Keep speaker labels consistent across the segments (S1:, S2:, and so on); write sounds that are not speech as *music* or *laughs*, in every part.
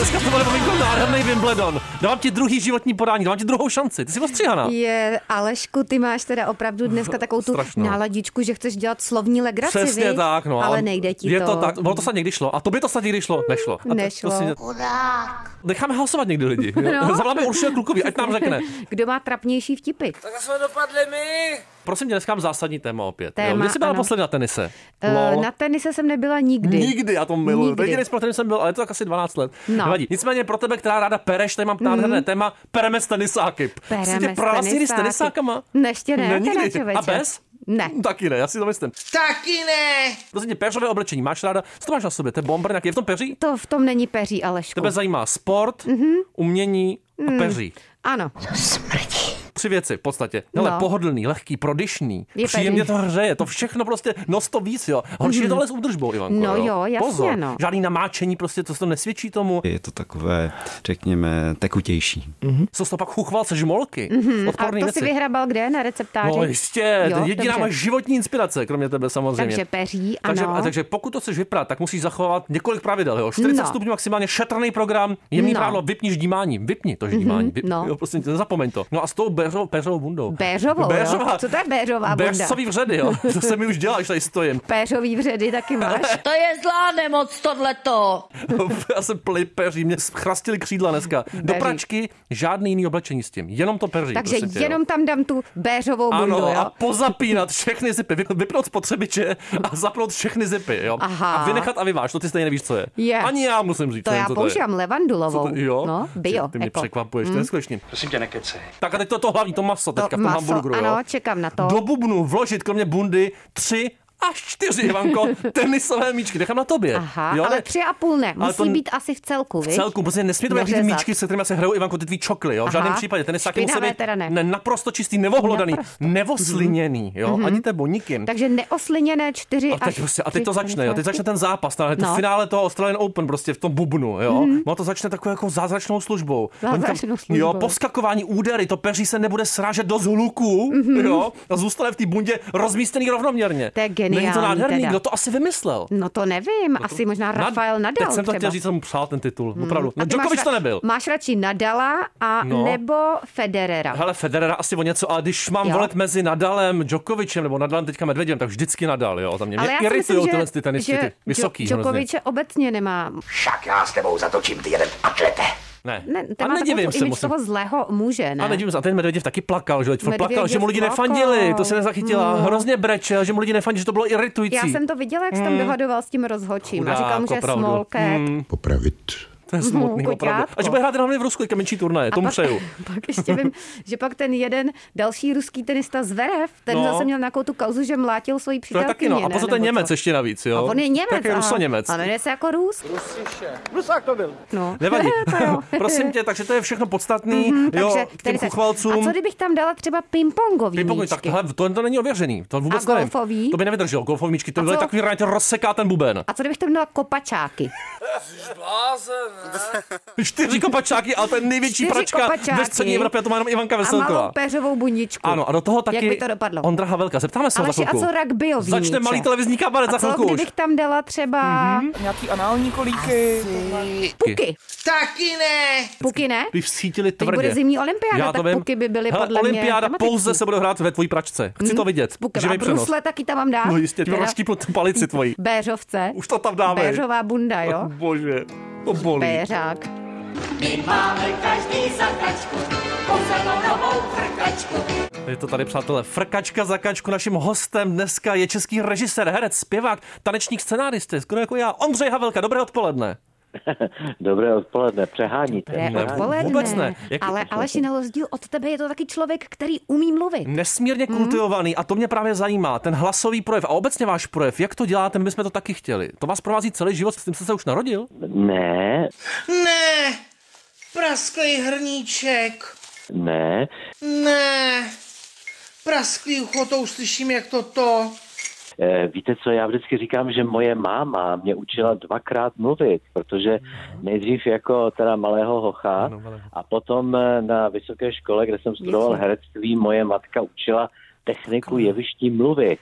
S1: teďka to bude maminko nádherný Wimbledon. Dávám ti druhý životní podání, dávám ti druhou šanci. Ty jsi ostříhaná.
S2: Je, Alešku, ty máš teda opravdu dneska takovou tu
S1: strašnou.
S2: náladičku, že chceš dělat slovní legraci,
S1: Přesně
S2: viď?
S1: tak, no.
S2: Ale nejde ti
S1: je
S2: to.
S1: to. tak, ono to snad někdy šlo. A to by to snad někdy šlo. Nešlo. A to-
S2: Nešlo.
S1: To si, necháme hlasovat někdy lidi. No. *laughs* Zavoláme Uršila Klukovi, ať nám řekne.
S2: *laughs* Kdo má trapnější vtipy?
S3: Tak jsme dopadli my.
S1: Prosím tě, dneska mám zásadní téma opět.
S2: Téma,
S1: jo. Kdy jsi byla
S2: ano.
S1: naposledy na tenise?
S2: Eh,
S1: Lol.
S2: Na tenise jsem nebyla nikdy.
S1: No. Nikdy, já to miluju.
S2: Nikdy.
S1: To je jediný sport, který jsem byl, ale je to tak asi 12 let.
S2: No. Mm.
S1: Nevadí. Nicméně pro tebe, která ráda pereš, tady mám nádherné téma, pereme s tenisáky. Jsi tě
S2: Pereme s
S1: prala s
S2: tenisáky.
S1: tenisákama?
S2: Ne, ještě ne,
S1: ne
S2: teda,
S1: nikdy. A
S2: člověče.
S1: bez?
S2: Ne.
S1: Taky ne, já si to myslím.
S3: Taky ne.
S1: Prostě peršové oblečení, máš ráda, co to máš na sobě, to je bomber, nějaký je v tom peří?
S2: To v tom není peří, Alešku.
S1: Tebe zajímá sport,
S2: Mhm.
S1: mm-hmm. umění a
S2: Mm.
S1: peří.
S2: Ano,
S1: Tři věci v podstatě. Hele,
S2: No.
S1: pohodlný, lehký, prodyšný,
S2: Je
S1: příjemně
S2: peří. Mhm.
S1: to hřeje, to všechno prostě, no to víc, jo. Horší je to ale s údržbou, Ivanko,
S2: No jo, jasně,
S1: Pozor,
S2: no.
S1: žádný namáčení, prostě to, to nesvědčí tomu.
S4: Je to takové, řekněme, tekutější.
S1: Co jsi to pak chuchval se žmolky? Mm-hmm.
S2: Mhm. a
S1: Odporný
S2: to
S1: věci.
S2: si vyhrabal kde? Na receptáři?
S1: No jistě,
S2: Jo,
S1: jo, jediná
S2: dobře.
S1: má životní inspirace, kromě tebe samozřejmě.
S2: Takže peří,
S1: takže,
S2: ano.
S1: a takže pokud to chceš vyprat, tak musíš zachovat několik pravidel. Jo? 40
S2: No.
S1: stupňů maximálně, šetrný program, jemný
S2: No.
S1: no. prádlo, vypni ždímání, vypni to ždímání, vypni,
S2: no.
S1: jo, prostě nezapomeň to. No a s tou béřovou, béřovou bundou.
S2: Béřovou, jo? Co to je béřová bunda?
S1: Béřcový vředy, jo? *laughs* to se mi už dělá, když tady stojím. *laughs*
S2: Péřový vředy taky máš.
S5: To je zlá nemoc tohleto.
S1: Já jsem plipeří, mě schrastili křídla dneska. Do
S2: Peří.
S1: pračky, žádný jiný oblečení s tím, jenom to peří.
S2: Takže
S1: prosím tě, prostě, jo.
S2: jenom tam dám tu béřovou bundu,
S1: Ano,
S2: jo?
S1: a pozapínat všechny zipy, vy- vypnout spotřebiče a zapnout všechny zipy, jo.
S2: Aha.
S1: A vynechat a vyváž, to ty stejně nevíš, co je.
S2: Je.
S1: Ani já musím říct,
S2: To
S1: nevím,
S2: já
S1: co
S2: používám
S1: To je.
S2: levandulovou.
S1: Co to, jo?
S2: No, bio, Hmm?
S1: Ty, ty mě
S2: eko.
S1: překvapuješ, mm. to je neskutečný.
S3: Prosím tě, nekecej.
S1: Tak a teď to, to hlavní, to maso
S2: To
S1: teďka v tom
S2: maso,
S1: hamburgeru,
S2: ano,
S1: jo.
S2: čekám na to.
S1: Do bubnu vložit kromě bundy tři až čtyři,
S2: *laughs*
S1: Ivanko, tenisové míčky. Nechám na tobě.
S2: Aha,
S1: jo,
S2: ale
S1: ne-
S2: tři a půl ne,
S1: Ale
S2: musí
S1: to-
S2: být asi v celku,
S1: v
S2: viď?
S1: celku, prostě nesmí to být ty
S2: Dořezat.
S1: míčky, se kterými se hrajou Ivanko ty tvý čokly, jo? V
S2: Aha.
S1: žádném případě. Ten taky musí
S2: Špinavé
S1: být
S2: teda ne.
S1: naprosto čistý, nevohlodaný,
S2: Naprosto. Mhm.
S1: nevosliněný, jo? Ani tebou, nikým.
S2: Takže neosliněné čtyři
S1: A teď,
S2: až
S1: prostě, a teď
S2: tři
S1: to začne, jo.
S2: tenisové
S1: teď začne ten zápas, ta,
S2: No. Mhm.
S1: no. finále toho Australian Open prostě v tom bubnu, jo. Mm-hmm. No to začne takovou jako zázračnou službou. Oni
S2: Zázračnou službou.
S1: Jo, poskakování údery, to peří se nebude srážet do zhluku, mm-hmm. jo, a zůstane v té bundě rozmístěný rovnoměrně.
S2: Mhm. To je
S1: Není to
S2: geniální
S1: nádherný,
S2: teda.
S1: kdo to asi vymyslel?
S2: No to nevím, asi možná Rafael Nadal
S1: Teď jsem to
S2: třeba. Mhm.
S1: chtěl říct, jsem mu přál ten titul, opravdu. No,
S2: A ty máš
S1: Djokovic
S2: ra-
S1: to nebyl.
S2: Máš radši Nadala a
S1: No.
S2: nebo Federera.
S1: Hele, Federera asi o něco, ale když mám
S2: Jo.
S1: jo. volet mezi Nadalem, Djokovicem nebo Nadalem teďka Medvedem, tak vždycky Nadal, jo. Tam mě,
S2: Ale
S1: mě
S2: já si
S1: iritujou
S2: myslím, že,
S1: tyhle ty tenisty,
S2: že
S1: ty vysoký.
S2: Djo-
S1: hrozně.
S2: Djokoviče obecně nemá.
S3: Tak já s tebou zatočím, ty jeden atlete.
S1: Ne,
S2: Ne,
S1: a
S2: ten má takovou
S1: nedivím
S2: tu
S1: se,
S2: image
S1: musím
S2: toho zlého muže, ne?
S1: A nedivím se, a ten Medvěděv taky plakal, že, Medvěděv
S2: Medvěděv
S1: plakal, že mu lidi
S2: plakal.
S1: nefandili, to se nezachytila,
S2: Mm.
S1: hrozně brečel, že mu lidi nefandili, že to bylo iritující.
S2: Já jsem to viděla, jak jsi
S1: Hmm.
S2: tam dohadoval s tím rozhočím a
S1: Chudák,
S2: říkal mu, že je
S1: opravdu.
S2: smolkek.
S1: Hmm.
S6: popravit.
S1: To je
S2: *laughs*
S1: smutný,
S2: Mhm,
S1: opravdu.
S2: koťátko.
S1: A že bude hrát hlavně v Rusku, jaké menší turnaje, tomu
S2: *laughs*
S1: přeju.
S2: Pak ještě vím, že pak ten jeden další ruský tenista Zverev, ten no.
S1: No.
S2: zase měl nějakou tu kauzu, že mlátil svoji
S1: To je
S2: přítelkyni.
S1: taky no. A
S2: ne?
S1: pozor,
S2: Nebo
S1: ten Němec
S2: co?
S1: ještě navíc, jo.
S2: A on je Němec.
S1: Tak je
S2: aha.
S1: Ruso-Němec.
S2: A jmenuje se jako Rus. Rusiše. Rusák to byl. No.
S1: *laughs* Nevadí.
S2: *laughs* to jo.
S1: *laughs*
S2: Mhm,
S1: Prosím tě, takže to je všechno podstatný, jo, k těm
S2: tenis- A
S1: chuchvalcům.
S2: co kdybych tam dala třeba pingpongový
S1: Pingpong, tak
S2: míčky?
S1: hele, to, to není ověřený. To vůbec
S2: A
S1: nevím.
S2: golfový?
S1: To by nevydrželo. Golfový míčky,
S2: A
S1: to byly
S2: co?
S1: takový rád, rozseká ten
S2: *laughs*
S1: buben.
S2: A co kdybych tam dala kopačáky?
S1: Čtyři kopačáky, ale to je největší
S2: Čtyři
S1: pračka
S2: kopačáky.
S1: ve střední Evropě, a to má jenom Ivanka
S2: A
S1: Veselková.
S2: malou péřovou buničku.
S1: Ano, a do toho taky
S2: Jak by to dopadlo?
S1: Ondra Havelka. Zeptáme se ho za
S2: Aleši, a
S1: chvilku.
S2: co rugbyový
S1: Začne
S2: míče?
S1: malý televizní kabaret za
S2: a co
S1: chvilku už.
S2: kdybych tam dala třeba
S3: Nějaký anální kolíky.
S2: puky?
S3: Taky ne.
S2: Puky ne?
S1: Když vsítili
S2: Teď
S1: tvrdě.
S2: bude zimní olympiáda,
S1: Já to
S2: tak
S1: vím.
S2: puky by byly
S1: Hele,
S2: podle mě
S1: olympiáda
S2: dramatický.
S1: pouze se bude hrát ve tvojí pračce. Chci to vidět.
S2: S pukem.
S1: Živý
S2: a
S1: přenos.
S2: brusle taky tam mám dát.
S1: No jistě, ty
S2: Teda
S1: máš tu palici tvojí.
S2: Béřovce.
S1: Už to tam dáme.
S2: Béřová bunda, jo?
S1: Bože, to bolí.
S2: Béřák.
S1: Je to tady, přátelé, frkačka za kačku. Naším hostem dneska je český režisér, herec, zpěvák, tanečník, scenárista, skoro jako já, Ondřej Havelka. Dobré odpoledne.
S7: Dobré odpoledne, přeháníte.
S2: Dobré
S1: Ne,
S2: odpoledne.
S1: vůbec ne. Jak- jako-
S2: Ale Aleši, na rozdíl od tebe je to taky člověk, který umí
S1: Mm.
S2: mluvit.
S1: Nesmírně
S2: Mhm.
S1: kultivovaný a to mě právě zajímá, ten hlasový projev a obecně váš projev, jak to děláte, my bychom to taky chtěli. To vás provází celý život, s tím jste se už narodil?
S7: Ne,
S3: Ne. Prasklý hrníček.
S7: ne,
S3: Ne. Prasklý ucho, to už slyším, jak to to.
S7: E, Víte co, já vždycky říkám, že moje máma mě učila dvakrát mluvit, protože nejdřív jako teda malého hocha a potom e, na vysoké škole, kde jsem studoval
S2: Jasně.
S7: herectví, moje matka učila techniku jevištní mluvy.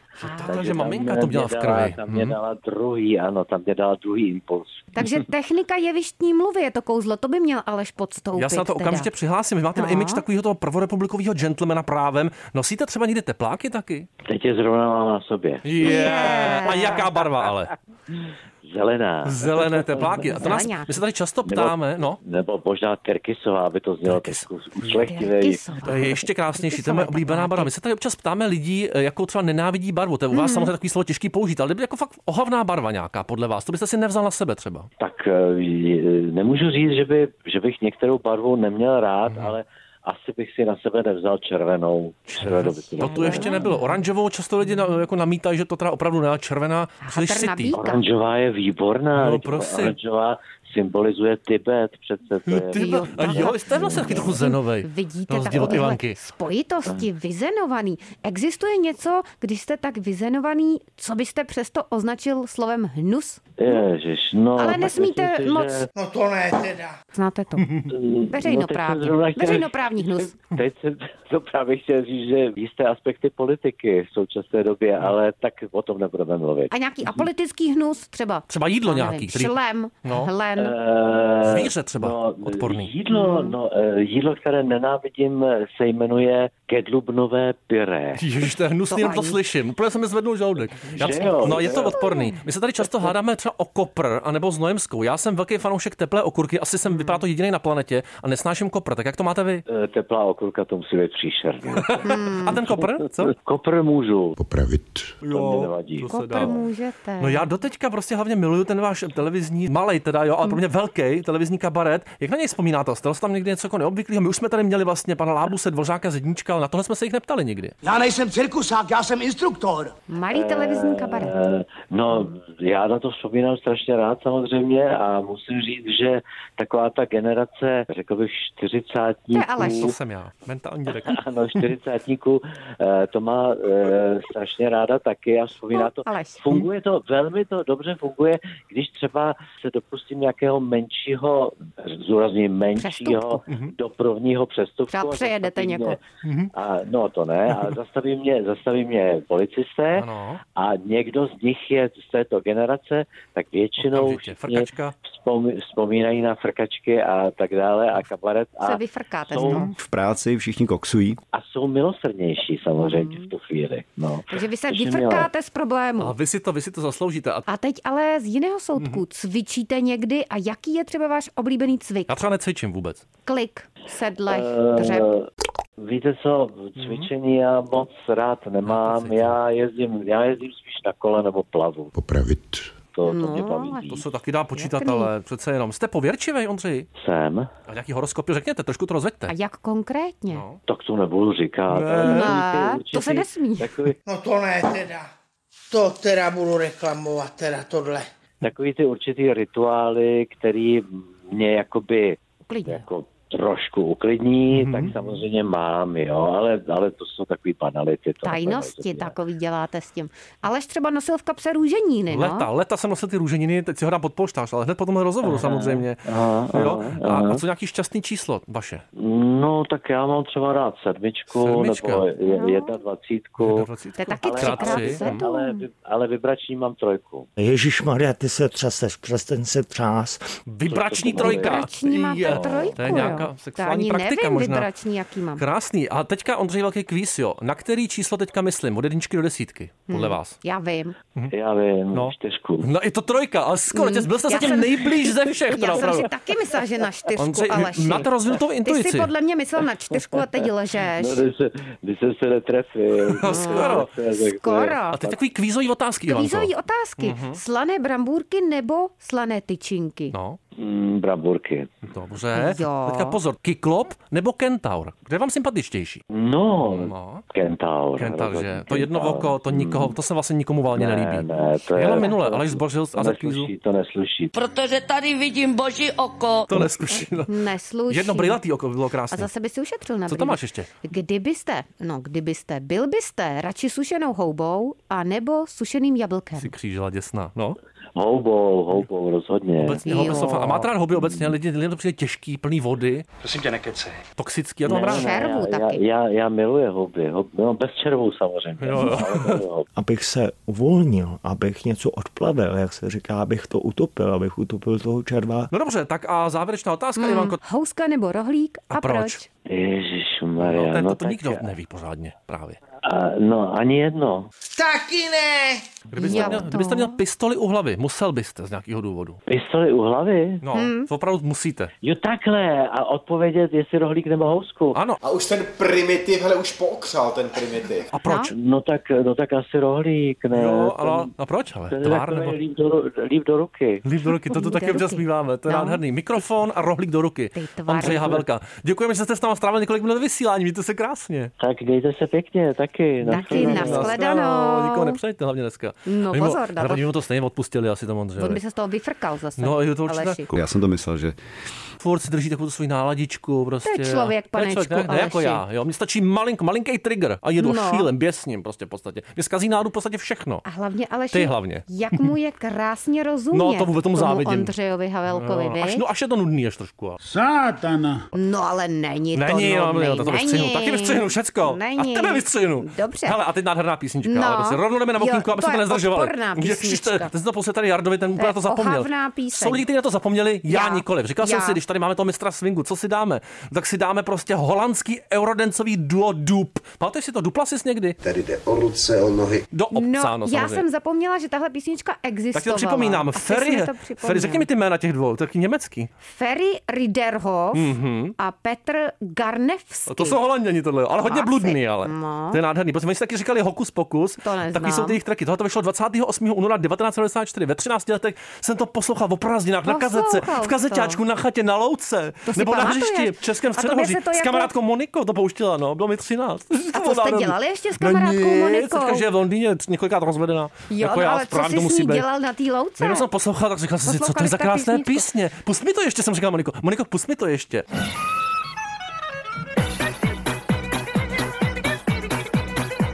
S1: takhle, že
S7: tam
S1: maminka to měla v
S7: mě
S1: krvi.
S7: Dala, tam mě
S1: Mhm.
S7: dala druhý, ano, tam mě dala druhý impuls.
S2: Takže technika jevištní mluvy je to kouzlo, to by měl Aleš podstoupit.
S1: Já se na to
S2: teda.
S1: okamžitě přihlásím. Vy máte
S2: No.
S1: image takového toho prvorepublikového gentlemana právem. Nosíte třeba někdy tepláky taky?
S7: Teď je zrovna mám na sobě.
S1: Yeah. A jaká barva ale?
S7: Zelená.
S1: Zelené tepláky. A to nás,
S2: Zeleňák.
S1: my se tady často ptáme, no.
S7: Nebo možná Terkisová, aby to znělo
S1: Terkis-
S7: trošku ušlechtivěji.
S2: Tyrkysová.
S1: To je ještě krásnější, to je moje oblíbená barva. My se tady občas ptáme lidí, eh, jakou třeba nenávidí barvu. To je u
S2: Mhm.
S1: vás samozřejmě takový slovo těžký použít, ale kdyby jako fakt ohavná barva nějaká podle vás, to byste si nevzal na sebe třeba.
S7: Tak eh, je- nemůžu říct, že, by, že bych některou barvu neměl rád,
S1: Mhm.
S7: ale asi bych si na sebe nevzal červenou. Červenou by to
S1: To No tu ještě nebylo. Oranžovou často lidi na, jako namítají, že to teda opravdu ne, a červená, příliš
S2: Hatr
S1: sitý.
S2: nabídá.
S7: Oranžová je výborná.
S1: No,
S7: vždyť
S1: prosím.
S7: Oranžová symbolizuje Tibet přece. To je,
S1: Ty,
S2: Jo,
S1: a jo,
S2: takhle.
S1: jste vlastně taky trochu zenovej.
S2: Vidíte
S1: Na rozdíl od
S2: takovéhle
S1: Ivanky.
S2: spojitosti, vyzenovaný. Existuje něco, když jste tak vyzenovaný, co byste přesto označil slovem hnus?
S7: Ježiš, no,
S2: Ale
S7: tak
S2: nesmíte
S7: myslím si,
S2: moc
S7: že-
S3: No to ne teda.
S2: Znáte to?
S7: No,
S2: Veřejnoprávní.
S7: teď jsem zrovna chtěl-
S2: Veřejnoprávní hnus.
S7: Teď jsem *laughs* to právě chtěl říct, že jisté aspekty politiky v současné době,
S1: Mhm.
S7: ale tak o tom nebudeme mluvit.
S2: A nějaký apolitický hnus třeba?
S1: Třeba jídlo
S2: Já
S1: nějaký,
S2: nevím,
S1: který-
S2: Šlem,
S1: No.
S2: hlen.
S7: Eh,
S1: Zvíře třeba odporný.
S7: Jídlo,
S2: Mm-hmm.
S7: no, eh, jídlo, které nenávidím, eh, se jmenuje kedlubnové pyré.
S1: Ježiš, to je hnusný,
S2: To
S1: jenom to
S2: ani.
S1: slyším. Úplně se mi zvednul žaludek. Já,
S7: Že jo,
S1: no, je
S7: že
S1: to
S7: jo.
S1: odporný. My se tady často hádáme třeba o kopr, anebo s Nojemskou. Já jsem velký fanoušek teplé okurky, asi jsem vypadá to jediný na planetě a nesnáším kopr. Tak jak to máte vy?
S7: Eh, Teplá okurka, to musí být příšerný.
S2: *laughs*
S1: A ten kopr? Co?
S7: Kopr můžu.
S6: opravit.
S7: Jo, mi nevadí. to
S1: se
S2: Kopr můžete.
S1: No já doteďka prostě hlavně miluju ten váš televizní, malej teda, jo, ale pro mě velký televizní kabaret. Jak na něj vzpomínáte? Stalo se tam někdy něco jako neobvyklého? My už jsme tady měli vlastně pana Lábuse, Dvořáka, Zedníčka, ale na tohle jsme se jich neptali nikdy.
S8: Já nejsem cirkusák, já jsem instruktor.
S2: Malý televizní kabaret.
S7: Eh, No, já na to vzpomínám strašně rád samozřejmě a musím říct, že taková ta generace, řekl bych,
S2: To
S7: čtyřicátníků,
S2: je Aleš.
S1: To jsem já, mentální direkt.
S7: *laughs* ano, čtyřicátníků, eh, to má eh, strašně ráda taky a vzpomíná
S2: No,
S7: to.
S2: Aleš.
S7: Funguje to, velmi to dobře funguje, když třeba se dopustím nějakého menšího, zúrazním menšího
S1: Mhm.
S7: dopravního přestupku.
S2: Třeba
S7: a
S2: přejedete
S7: zastaví
S2: někoho.
S7: Mě, a, no to ne, a zastaví mě, zastaví mě policisté
S1: Mhm. Ano.
S7: a někdo z nich je z této generace, tak většinou
S1: Okamžitě, frkačka.
S7: vzpomí, vzpomínají na frkačky a tak dále a kabaret. A
S2: Se vyfrkáte z
S7: jsou
S2: toho.
S4: V práci všichni koksují.
S7: a jsou milosrdnější samozřejmě v tu chvíli. No.
S2: Mhm. Takže vy se
S7: Což je
S2: vyfrkáte z problému.
S1: A Mhm. vy si to, vy si to zasloužíte. A
S2: A teď ale z jiného soudku. Cvičíte někdy a jaký je třeba váš oblíbený cvik?
S1: já třeba necvičím vůbec.
S2: Klik, sedlech,
S7: milé.
S2: dřep.
S7: Eh, Víte co,
S1: Mhm.
S7: cvičení já moc rád nemám.
S1: cítím.
S7: Já jezdím, já jezdím spíš na kole nebo plavu.
S6: Opravit.
S7: To, to mě
S2: No, ale
S7: baví.
S1: To se taky dá počítat,
S2: Pěkný.
S1: ale přece jenom. Jste pověrčivý, Ondřej?
S7: Jsem,
S1: A nějaký horoskopy řekněte, trošku to rozveďte.
S2: A jak konkrétně?
S1: No.
S7: tak to nebudu říkat.
S1: Ne.
S7: ale
S2: Ne,
S7: určitý-
S2: to se nesmí.
S7: Takový,
S3: No to ne teda. To teda budu reklamovat, teda tohle.
S7: takový ty určitý rituály, který mě jakoby
S2: Uklidňuje.
S7: jako trošku
S1: Mhm.
S7: uklidní, mm-hmm. tak samozřejmě mám, jo, ale, ale to jsou takový banality. to
S2: Tajnosti
S7: nebudu dělat.
S2: takový děláte s tím. Aleš třeba nosil v kapse růženíny, no?
S1: Leta, leta jsem nosil ty růženiny, teď si ho dám pod polštář, ale hned po tomhle rozhovoru samozřejmě.
S7: aha,
S1: jo? A,
S7: aha.
S1: a, co nějaký šťastný číslo vaše?
S7: No, tak já mám třeba rád sedmičku,
S1: Sedmička.
S7: nebo je, no. jedna dvacítku.
S2: To je taky
S7: Ale-
S2: třikrát
S1: Tři. hm. Hmm.
S2: sedm.
S7: Ale, vy- ale vibrační mám trojku.
S9: Ježíš Maria, ty se třeseš, přestaň se třás.
S1: Vibrační trojka.
S2: Vibrační máte
S1: Jo,
S2: trojku,
S1: To je
S2: jo.
S1: nějaká
S2: To
S1: sexuální
S2: ani
S1: praktika
S2: nevím,
S1: možná.
S2: vibrační, jaký mám.
S1: Krásný. A teďka Ondřej velký kvíz, jo. Na který číslo teďka myslím? Od jedničky do desítky, podle vás.
S2: Já vím.
S7: Já vím,
S1: No.
S7: no. čtyřku.
S1: No je to trojka, ale skoro, tě, byl jste
S2: Hmm. Já
S1: zatím
S2: jsem-
S1: nejblíž ze všech. teda
S2: Já jsem
S1: opravdu.
S2: si taky myslela, že na čtyřku,
S1: Ondřej,
S2: Aleši.
S1: máte rozvinutou
S2: Ty
S1: intuici.
S2: jsi podle mě myslel na čtyřku a teď ležeš.
S7: No, když, se, když jsem se
S1: *laughs*
S7: netrefil.
S1: No, skoro.
S2: Skoro.
S1: A teď takový kvízový otázky, Ivanko.
S2: Hmm. Kvízový otázky. Slané brambůrky nebo slané tyčinky?
S1: No,
S7: Mm, bramburky.
S1: dobře.
S2: Jo.
S1: Teďka pozor, kyklop nebo kentaur? Kde je vám sympatičtější?
S7: No,
S1: No.
S7: kentaur.
S1: Kentaur,
S7: rozhodně
S1: že? To jedno
S7: kentaur.
S1: oko, to nikoho, to se vlastně nikomu válně
S7: Ne,
S1: nelíbí.
S7: ne, to je...
S1: Jenom minule,
S7: to-
S1: Aleš Zbořil z
S7: To
S1: Azerkýzu.
S7: nesluší, to nesluší.
S5: protože tady vidím boží oko.
S1: To nesluší. No.
S2: Nesluší.
S1: Jedno brilatý oko by bylo
S2: A
S1: krásné.
S2: zase by si ušetřil na
S1: Co to
S2: brýle.
S1: máš ještě?
S2: Kdybyste, no kdybyste, byl byste radši sušenou houbou a nebo sušeným jablkem.
S1: Si křížela děsna, no.
S7: Houbou, houbou, rozhodně.
S1: Obecně hobby
S2: Jo.
S1: sofa. A máte rád hobby obecně? Lidi, lidem to přijde těžký, plný vody,
S6: Prosím tě, nekecej.
S1: toxický, já to mám rád.
S2: Červu
S7: já,
S2: taky.
S7: já, já miluji hobby, hobby no, bez červů samozřejmě. no,
S1: Jo, jo.
S7: Ale miluji hobby.
S9: Abych se uvolnil, abych něco odplavil, jak se říká, abych to utopil, abych utopil toho červa.
S1: No dobře, tak a závěrečná otázka,
S2: Hmm.
S1: mm. Ivanko.
S2: Houska nebo rohlík a,
S1: A proč?
S2: proč?
S1: No,
S7: Ježišmarja,
S1: to,
S7: no,
S1: to, to
S7: tak-
S1: nikdo neví pořádně právě.
S7: a, no ani jedno.
S3: Taky ne.
S1: Kdybyste
S2: Jo, no.
S1: měl,
S2: to.
S1: kdybyste měl pistoli u hlavy, musel byste z nějakého důvodu.
S7: Pistoli u hlavy?
S1: No,
S2: Hmm.
S1: opravdu musíte.
S7: Jo takhle a odpovědět, jestli rohlík nebo housku.
S1: Ano,
S10: A už ten primitiv, hele, už pookřál ten primitiv.
S1: a proč?
S7: No tak, no tak asi rohlík,
S2: No.
S7: ne?
S1: Jo,
S7: Ten-
S1: ale a proč ale?
S7: ten je
S1: Tvár
S7: takový
S1: nebo...
S7: líp, do, ru- líp do ruky.
S1: Líp do ruky, to tu
S2: Do
S1: taky občas
S2: ruky.
S1: zpíváme, to je
S2: No.
S1: nádherný. Mikrofon a rohlík do ruky.
S2: Ty tvary.
S1: Ondřej Havelka. Děkujeme, že jste s námi strávili několik minut ve vysílání, mějte se krásně.
S7: Tak dejte se pěkně, taky.
S2: Taky,
S7: nashledanou.
S2: nashledanou.
S1: Nikoho nepřejte hlavně dneska.
S2: No,
S1: Oni mu-
S2: pozor na
S1: ale
S2: to.
S1: oni mu to stejně odpustili asi tam Ondřej.
S2: On by se z toho vyfrkal zase.
S1: No, je to určitě
S2: Aleši.
S4: Já jsem to myslel, že
S1: furt si drží takovou tu svoji náladičku. Prostě,
S2: To je člověk,
S1: jo. To je člověk,
S2: panečku,
S1: ne, ne jako
S2: Aleši.
S1: já. Jo. Mně stačí malink, malinký trigger a jedu
S2: No.
S1: no. šílem, běsním prostě v podstatě. Mě zkazí náladu v podstatě všechno.
S2: A hlavně Aleši,
S1: Ty hlavně.
S2: jak mu je krásně rozumět.
S1: No, to vůbec tomu závidím.
S2: Ondřejovi Havelkovi,
S1: No,
S2: no,
S1: až, no, až je to nudný až trošku. ale.
S8: Sátana.
S2: no, ale není to
S1: Není, no,
S2: nudný,
S1: jo, to, to
S2: není.
S1: vystřihnu. Taky vystřihnu všecko.
S2: Není.
S1: A tebe vystřihnu.
S2: Dobře.
S1: Hele, a teď nádherná písnička.
S2: No.
S1: Ale prostě rovnou jdeme na
S2: Jo,
S1: okýnku, aby
S2: to
S1: jsme to
S2: je
S1: nezdržovali. *laughs*
S2: odporná
S1: Ježiš, to,
S2: písnička.
S1: to jsem to poslal tady Jardovi, ten
S2: To
S1: úplně
S2: je
S1: to zapomněl.
S2: ohavná píseň.
S1: Jsou lidi, kteří na to zapomněli, já,
S2: Já.
S1: nikoliv. Říkal
S2: Já.
S1: jsem si, když tady máme toho mistra swingu, co si dáme? Tak si dáme prostě holandský eurodencový duo Dup. Pamatuješ si to? Dupla jsi někdy?
S10: Tady jde o ruce, o nohy.
S1: Do obcáno,
S2: no, já
S1: samozřejmě.
S2: jsem zapomněla, že tahle písnička existovala.
S1: Tak ti to připomínám.
S2: A ty jsi
S1: Ferry,
S2: mi to
S1: Ferry,
S2: připomněl.
S1: řekni mi ty jména těch dvou, taky německý.
S2: Ferry Riderhoff mm-hmm. a Petr Garnevský.
S1: Mhm. To jsou holanděni tohle, ale hodně
S2: Asi.
S1: bludný, ale.
S2: No.
S1: To je nádherný. Protože oni si taky říkali hokus pokus.
S2: To neznám.
S1: Taky jsou ty jejich tracky. Tohle to vyšlo 28. února 1994. Ve 13 letech jsem to poslouchal o prázdninách na
S2: Poslouchal
S1: kazetce,
S2: to.
S1: v kazeťáčku, na chatě, na louce,
S2: To si
S1: nebo na
S2: pamatuješ?
S1: hřišti v Českém
S2: A tobě
S1: středohoří.
S2: se to
S1: S
S2: jako-
S1: kamarádkou Monikou to pouštila, no, bylo mi 13. *laughs*
S2: A co jste dělali ještě s kamarádkou Monikou?
S1: Teďka, že je v Londýně tři- několikrát rozvedená.
S2: Jo,
S1: jako
S2: no,
S1: já,
S2: ale co
S1: správně
S2: jsi
S1: to
S2: s
S1: musí
S2: ní
S1: být.
S2: dělal na té louce?
S1: Jenom jsem poslouchal, tak říkal jsem si, co to
S2: Poslouchali
S1: je za
S2: jste
S1: krásné
S2: písničku?
S1: písně. Pust mi to ještě, jsem říkal Moniko. Moniko, pust mi to ještě.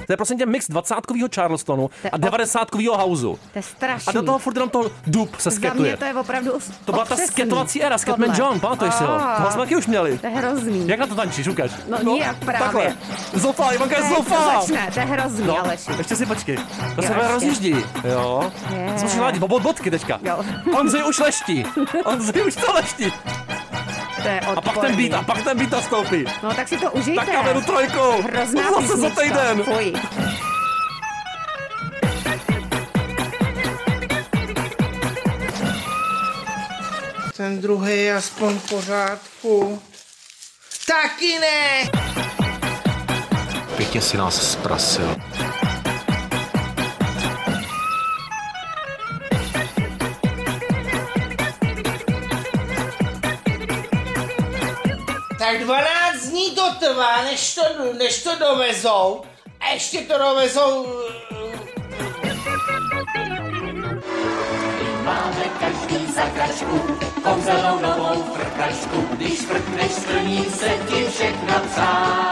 S1: To je prosím tě mix 20 Charlestonu
S2: je
S1: a 90 houseu.
S2: To je strašný.
S1: A do toho furt jenom to dup se
S2: Za mě
S1: sketuje.
S2: to je opravdu
S1: To byla ta sketovací era, Skatman John, pamatuješ si ho?
S2: Ah.
S1: Toho jsme taky už měli.
S2: To je hrozný.
S1: Jak na to tančíš, ukáž?
S2: No nijak právě.
S1: Takhle. Zoufá, Ivanka
S2: to
S1: je
S2: je, to
S1: zoufá.
S2: začne, to je hrozný, no. Aleši.
S1: ještě si počkej. To
S2: Jo,
S1: se bude
S2: ještě.
S1: rozjíždí. Jo.
S2: Je.
S1: Jsme přihládí bod bodky teďka.
S2: Jo.
S1: *laughs* Ondřej už leští. Ondřej už to leští.
S2: To je odporný.
S1: A pak ten beat, a pak ten beat nastoupí.
S2: No tak si to užijte.
S1: Tak já vedu trojkou.
S2: Hrozná
S1: *laughs* Zase za
S2: písnička.
S1: týden.
S2: Fuj.
S3: Ten druhý je aspoň v pořádku. Taky ne.
S6: Pěkně si nás zprasil.
S3: Tak 12 dní to trvá, než to, než to dovezou. A ještě to dovezou... eh,
S5: Kouzelnou novou frkačku, když frkneš, splní se ti všechna přání.